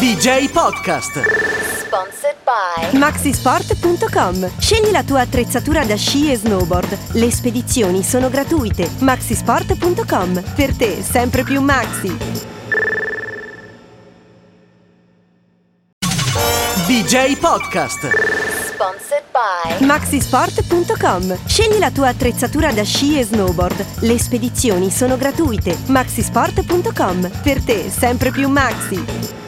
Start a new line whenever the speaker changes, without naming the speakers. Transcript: BJ Podcast.
Sponsored by
maxisport.com Scegli la tua attrezzatura da sci e snowboard. Le spedizioni sono gratuite. maxisport.com Per te, sempre più maxi.
BJ Podcast.
Sponsored by
maxisport.com Scegli la tua attrezzatura da sci e snowboard. Le spedizioni sono gratuite. maxisport.com Per te, sempre più maxi.